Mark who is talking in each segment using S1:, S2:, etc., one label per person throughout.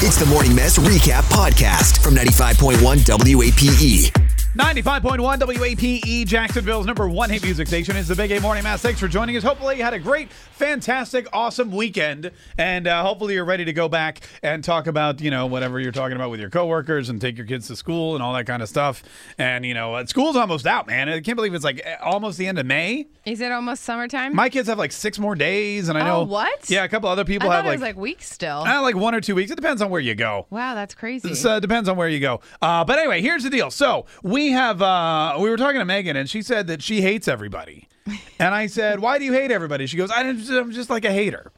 S1: It's the Morning Mess Recap Podcast from 95.1 WAPE.
S2: 95.1 WAPE E, Jacksonville's number one hit music station is the Big A Morning Mass. Thanks for joining us. Hopefully, you had a great, fantastic, awesome weekend, and uh, hopefully, you're ready to go back and talk about you know whatever you're talking about with your coworkers and take your kids to school and all that kind of stuff. And you know, uh, school's almost out, man. I can't believe it's like almost the end of May.
S3: Is it almost summertime?
S2: My kids have like six more days, and I know
S3: Oh, what?
S2: Yeah, a couple other
S3: I
S2: people
S3: thought
S2: have
S3: it
S2: like
S3: was like weeks still.
S2: uh, like one or two weeks. It depends on where you go.
S3: wow, that's crazy.
S2: So it depends on where you go. Uh, but anyway, here's the deal. So we have uh, we were talking to Megan, and she said that she hates everybody. And I said, "Why do you hate everybody?" She goes, "I didn't- "I'm just like a hater."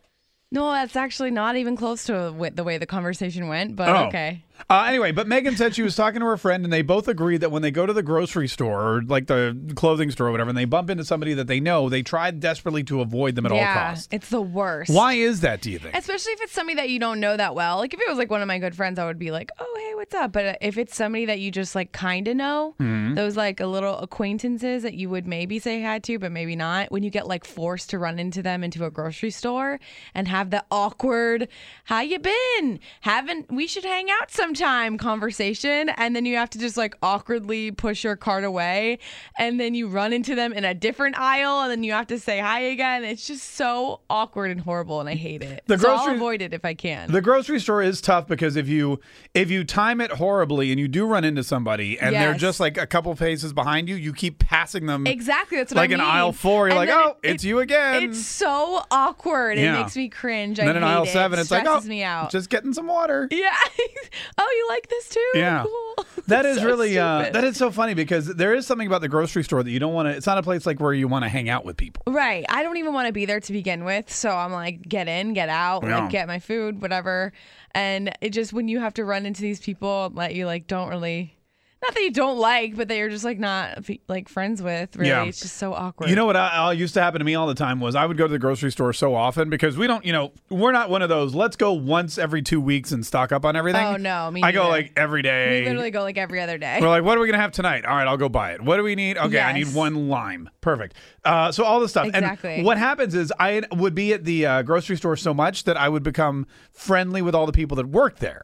S3: no, that's actually not even close to wi- the way the conversation went, but
S2: Oh.
S3: okay.
S2: Uh, anyway, but Megan said she was talking to her friend, and they both agreed that when they go to the grocery store or like the clothing store or whatever, and they bump into somebody that they know, they try desperately to avoid them at all
S3: yeah,
S2: costs.
S3: it's the worst.
S2: Why is that? Do you think?
S3: Especially if it's somebody that you don't know that well. Like if it was like one of my good friends, I would be like, "Oh, hey, what's up?" But uh, if it's somebody that you just like kind of know, those like a little acquaintances that you would maybe say hi to, but maybe not. When you get like forced to run into them into a grocery store and have the awkward, "How you been? Haven't we should hang out sometime?" conversation, and then you have to just like awkwardly push your cart away, and then you run into them in a different aisle, and then you have to say hi again. It's just so awkward and horrible, and I hate it.
S2: The
S3: So
S2: grocery-
S3: I'll avoid it if I can.
S2: The grocery store is tough because if you if you time it horribly and you do run into somebody and they're
S3: Yes.
S2: just like a couple paces behind you, you keep passing them.
S3: exactly, that's what
S2: like
S3: I
S2: in
S3: mean.
S2: aisle four, you're
S3: And
S2: like,
S3: then
S2: oh,
S3: it-
S2: it's you again.
S3: It's so awkward.
S2: Yeah.
S3: It makes me cringe.
S2: and
S3: I
S2: then in
S3: hate
S2: aisle
S3: it.
S2: seven, it's like, oh,
S3: Stresses me out.
S2: just getting some water.
S3: yeah. oh, you like this too?
S2: Yeah.
S3: Cool.
S2: That is
S3: So
S2: really uh,
S3: stupid.
S2: that is so funny because there is something about the grocery store that you don't want to. It's not a place like where you want to hang out with people.
S3: Right. I don't even want to be there to begin with. So I'm like, get in, get out,
S2: Yeah.
S3: like get my food, whatever. And it just when you have to run into these people that you like don't really not that you don't like, but that you're just like not like friends with, really.
S2: Yeah.
S3: It's just so awkward.
S2: You know what I, I used to happen to me all the time was I would go to the grocery store so often because we don't, you know, we're not one of those. Let's go once every two weeks and stock up on everything.
S3: Oh, no, me
S2: I go
S3: neither.
S2: like every day.
S3: we literally go like every other day.
S2: We're like, what are we gonna have tonight? All right, I'll go buy it. What do we need? Okay, I need
S3: Yes.
S2: one lime. Perfect. Uh, so all this stuff.
S3: Exactly.
S2: And what happens is I would be at the uh, grocery store so much that I would become friendly with all the people that work there.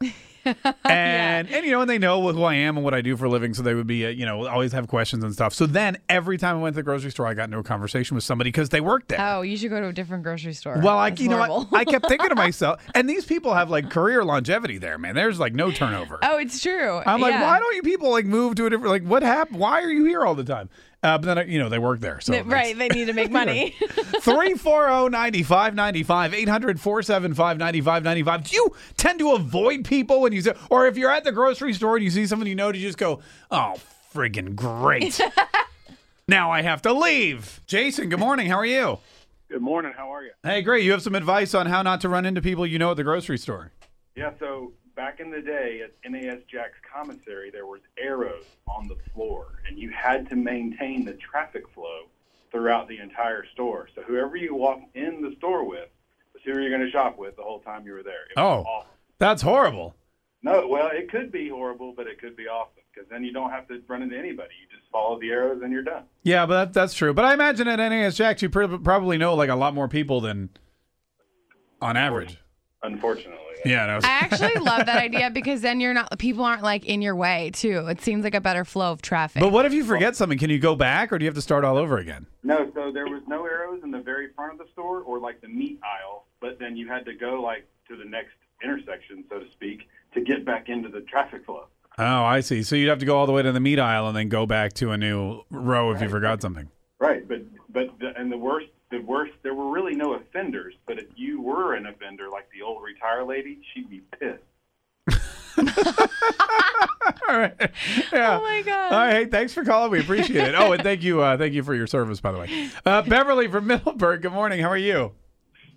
S2: and and you know and they know who I am and what I do for a living, so they would be uh, you know always have questions and stuff. So then every time I went to the grocery store, I got into a conversation with somebody because they worked there.
S3: Oh, you should go to a different grocery store.
S2: Well, I,
S3: Oh, That's
S2: you know,
S3: horrible.
S2: what? I kept thinking to myself, and these people have like career longevity there, man. There's like no turnover.
S3: oh, it's true.
S2: I'm like,
S3: Yeah.
S2: why don't you people like move to a different? Like, what happened? Why are you here all the time? Uh, but then uh, you know they work there, so
S3: Th- right, they need to make money.
S2: oh, 340-9595, 800 475 9595 Do you tend to avoid people when you say, or if you're at the grocery store and you see someone you know, do you just go, oh, friggin' great. now I have to leave. Jason, good morning. How are you?
S4: Good morning. How are you?
S2: Hey, great. You have some advice on how not to run into people you know at the grocery store.
S4: Yeah, so back in the day at NAS Jack's commissary, there was arrows on the floor, and you had to maintain the traffic flow throughout the entire store. So whoever you walked in the store with was who you're going to shop with the whole time you were there. It was
S2: Oh,
S4: awful.
S2: that's horrible.
S4: No, well, it could be horrible, but it could be awesome because then you don't have to run into anybody. You just follow the arrows and you're done.
S2: Yeah, but that, that's true. But I imagine at NAS Jacks, you prob- probably know like a lot more people than on average.
S4: Unfortunately,
S2: Yeah, no,
S3: I actually love that idea because then you're not people aren't like in your way too. It seems like a better flow of traffic.
S2: but what if you forget something? Can you go back, or do you have to start all over again?
S4: No, so there was no arrows in the very front of the store or like the meat aisle, but then you had to go like to the next intersection, so to speak, to get back into the traffic flow.
S2: Oh, I see. So you'd have to go all the way to the meat aisle and then go back to a new row if you forgot something.
S4: Right, but but the, and the worst, the worst, there were really no offenders, but if you were an offender, like the old retire lady, she'd be pissed.
S2: All right. Yeah.
S3: Oh my God.
S2: All right. Hey, thanks for calling. We appreciate it. Oh, and thank you. Uh, thank you for your service, by the way. Uh, Beverly from Middleburg. Good morning. How are you?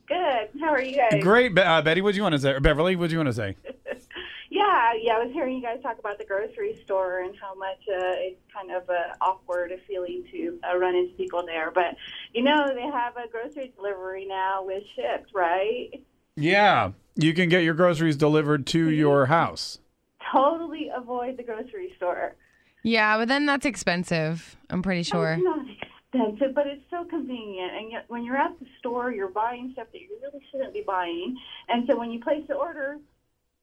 S5: Good. How are you guys?
S2: Great, Be- uh, Betty. What do you want to say? Or Beverly, what do you want to say?
S5: Yeah, yeah. I was hearing you guys talk about the grocery store and how much uh, it's kind of uh, awkward a feeling to uh, run into people there. But you know, they have a grocery delivery now with shipped, right?
S2: Yeah, you can get your groceries delivered to your house.
S5: Totally avoid the grocery store.
S3: yeah, but then that's expensive. I'm pretty sure.
S5: It's not expensive, but it's so convenient. And yet, when you're at the store, you're buying stuff that you really shouldn't be buying. And so, when you place the order,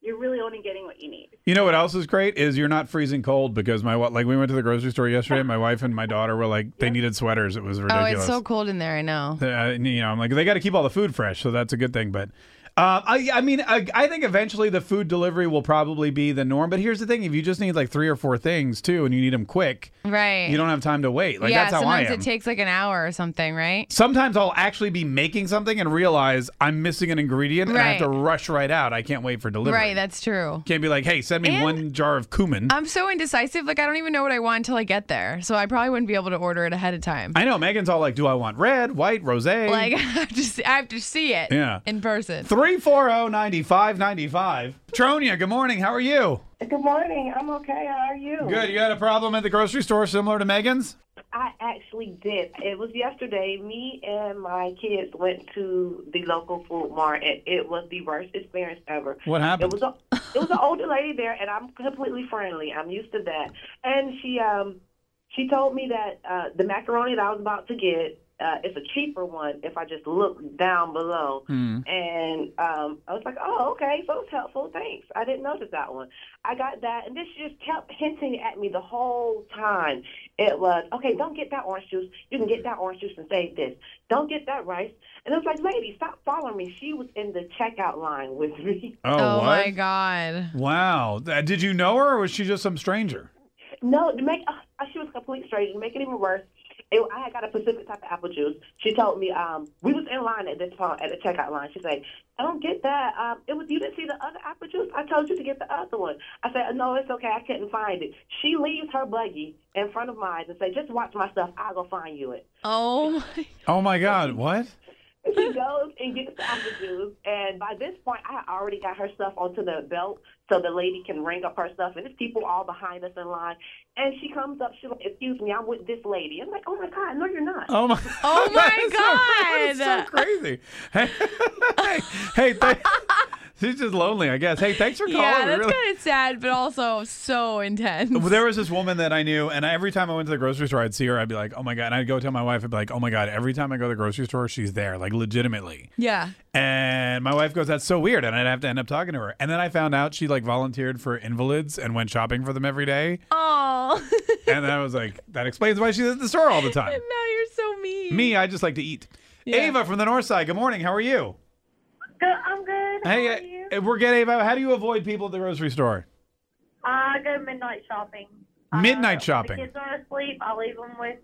S5: you're really only getting what you need.
S2: You know what else is great is you're not freezing cold because my wa- like we went to the grocery store yesterday. My wife and my daughter were like they needed sweaters. It was
S3: Oh,
S2: ridiculous.
S3: it's so cold in there. I know.
S2: Uh, and, you know, I'm like, they got to keep all the food fresh, so that's a good thing. But uh, I, I mean, I, I think eventually the food delivery will probably be the norm. But here's the thing: if you just need like three or four things too, and you need them quick,
S3: Right.
S2: you don't have time to wait. Like
S3: yeah.
S2: that's how I
S3: sometimes
S2: am.
S3: it takes like an hour or something, right?
S2: sometimes I'll actually be making something and realize I'm missing an ingredient, and I have
S3: Right.
S2: to rush right out. I can't wait for delivery.
S3: Right. That's true.
S2: Can't be like, hey, send me
S3: And-
S2: one jar of cumin.
S3: I'm so indecisive. Like I don't even know what I want until I get there. So I probably wouldn't be able to order it ahead of time.
S2: I know Megan's all like, do I want red, white, rose?
S3: like I have to see, I have to see it.
S2: Yeah.
S3: In person.
S2: 340-9595. oh, Tronia, good morning. How are you?
S6: Good morning. I'm okay. How are you?
S2: Good. You had a problem at the grocery store similar to Megan's?
S6: I actually did. It was yesterday. Me and my kids went to the local food mart, and it was the worst experience ever.
S2: What happened?
S6: It was a, it was an older lady there, and I'm completely friendly. I'm used to that. And she um she told me that uh, the macaroni that I was about to get uh, is a cheaper one if I just look down below. And um, I was like, oh, okay, so it's helpful. Thanks. I didn't notice that one. I got that, and then she just kept hinting at me the whole time. It was, okay, don't get that orange juice. You can get that orange juice and save this. Don't get that rice. And I was like, lady, stop following me. She was in the checkout line with me.
S2: Oh,
S3: oh
S2: what?
S3: my god.
S2: Wow. Th- Did you know her or was she just some stranger?
S6: No, to make uh, she was a complete stranger. To make it even worse, it, I had got a Pacific type of apple juice. She told me um, we was in line at this point at the checkout line. She's like, "I don't get that. Um, it was you didn't see the other apple juice. I told you to get the other one." I said, "No, it's okay. I couldn't find it." She leaves her buggy in front of mine and say, "Just watch my stuff. I'll go find you it."
S3: Oh my.
S2: Oh my God. What?
S6: She goes and gets the apple juice, and by this point, I had already got her stuff onto the belt so the lady can ring up her stuff. And there's people all behind us in line. And she comes up, she's like, "Excuse me, I'm with this lady." I'm like, "Oh my god, no, you're not."
S2: Oh my.
S3: Oh my
S2: That is so-
S3: God.
S2: that is so crazy. Hey, hey, th- she's just lonely, I guess. Hey, thanks for calling.
S3: Yeah,
S2: We
S3: that's
S2: really-
S3: kind of sad, but also so intense.
S2: Well, there was this woman that I knew, and I, every time I went to the grocery store, I'd see her. I'd be like, "Oh my god!" And I'd go tell my wife, "I'd be like, oh my god!" Every time I go to the grocery store, she's there, like legitimately.
S3: yeah.
S2: And my wife goes, "That's so weird," and I'd have to end up talking to her. And then I found out she like volunteered for invalids and went shopping for them every day.
S3: Oh.
S2: And then I was like, "That explains why she's at the store all the
S3: now
S2: time."
S3: you're so mean.
S2: Me, I just like to eat.
S3: Yeah.
S2: Ava from the North Side. Good morning. How are you?
S7: Good, I'm good.
S2: hey,
S7: How are
S2: uh,
S7: you?
S2: we're good, Ava. How do you avoid people at the grocery store?
S7: Uh, I go midnight shopping.
S2: Midnight
S7: uh,
S2: shopping.
S7: When the kids are asleep, I leave them with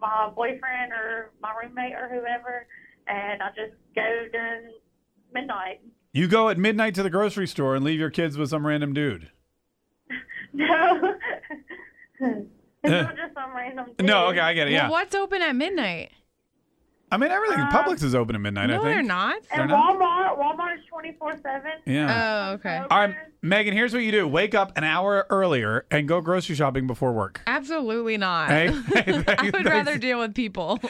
S7: my boyfriend or my roommate or whoever, and I just go during midnight.
S2: You go at midnight to the grocery store and leave your kids with some random dude.
S7: No, it's not just some random. Thing.
S2: No, okay, I get it.
S3: Well,
S2: Yeah.
S3: what's open at midnight?
S2: I mean, everything. Publix is open at midnight. I
S3: no,
S2: think.
S3: they're not.
S7: And
S2: They're not?
S7: Walmart, Walmart is twenty four seven.
S2: Yeah.
S3: Oh, okay.
S2: All right, Megan. Here's what you do: wake up an hour earlier and go grocery shopping before work.
S3: Absolutely not.
S2: Hey, hey, thanks-
S3: I would
S2: thanks.
S3: rather deal with people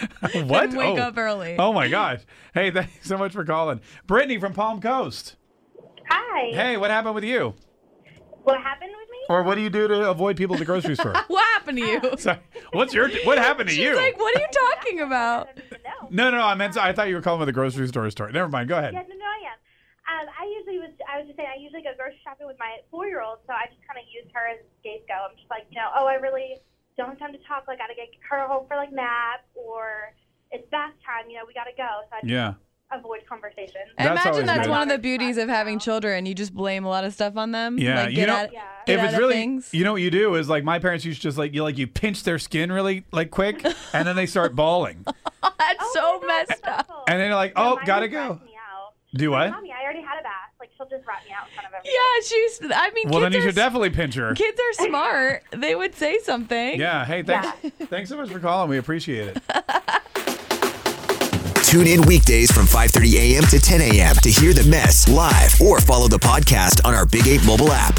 S3: than
S2: What?
S3: wake
S2: Oh.
S3: up early.
S2: Oh my gosh! Hey, thanks so much for calling, Brittany from Palm Coast.
S7: Hi.
S2: Hey, what happened with you?
S7: What happened with me?
S2: Or what do you do to avoid people at the grocery store?
S3: What happened to you?
S2: Sorry, what's your? What happened to
S3: She's
S2: you?
S3: like, what are you talking about?
S7: No.
S2: no, no, I meant. I thought you were calling with the grocery store story. Never mind. Go ahead.
S7: Yeah, no, no, I am. Um, I usually was. I was just saying. I usually go grocery shopping with my four-year-old, so I just kind of use her as a scapegoat. I'm just like, you know, oh, I really don't have time to talk. Like, I gotta get her home for like naps, or it's bath time. You know, we gotta go. So I just
S2: Yeah.
S7: avoid conversations.
S2: That's
S3: Imagine
S2: always
S3: that's
S2: good.
S3: one of the beauties of having children. You just blame a lot of stuff on them.
S2: Yeah,
S3: Like,
S2: you
S3: get
S2: know-
S3: out,
S7: Yeah.
S3: get
S2: if
S3: out
S2: it's
S3: of
S2: really,
S3: things.
S2: you know what you do is like my parents used to just like you like you pinch their skin really like quick, and then they start bawling,
S3: that's so
S7: my God,
S3: messed
S7: Oh, that's
S3: up.
S7: awful.
S2: and then they're like,
S7: My
S2: oh,
S7: mom
S2: gotta
S7: just
S2: go.
S7: ratted Me out.
S2: Do
S7: Like,
S2: what?
S7: Mommy, I already had a bath. Like she'll just rat me out in front of everyone.
S3: Yeah, she's. I mean,
S2: Well,
S3: kids
S2: then you
S3: are
S2: should definitely pinch her.
S3: Kids are smart. they would say something.
S2: Yeah. Hey, thanks. Thanks so much for calling. We appreciate it.
S1: Tune in weekdays from 5:30 a.m. to 10 a.m. to hear the mess live or follow the podcast on our Big 8 mobile app.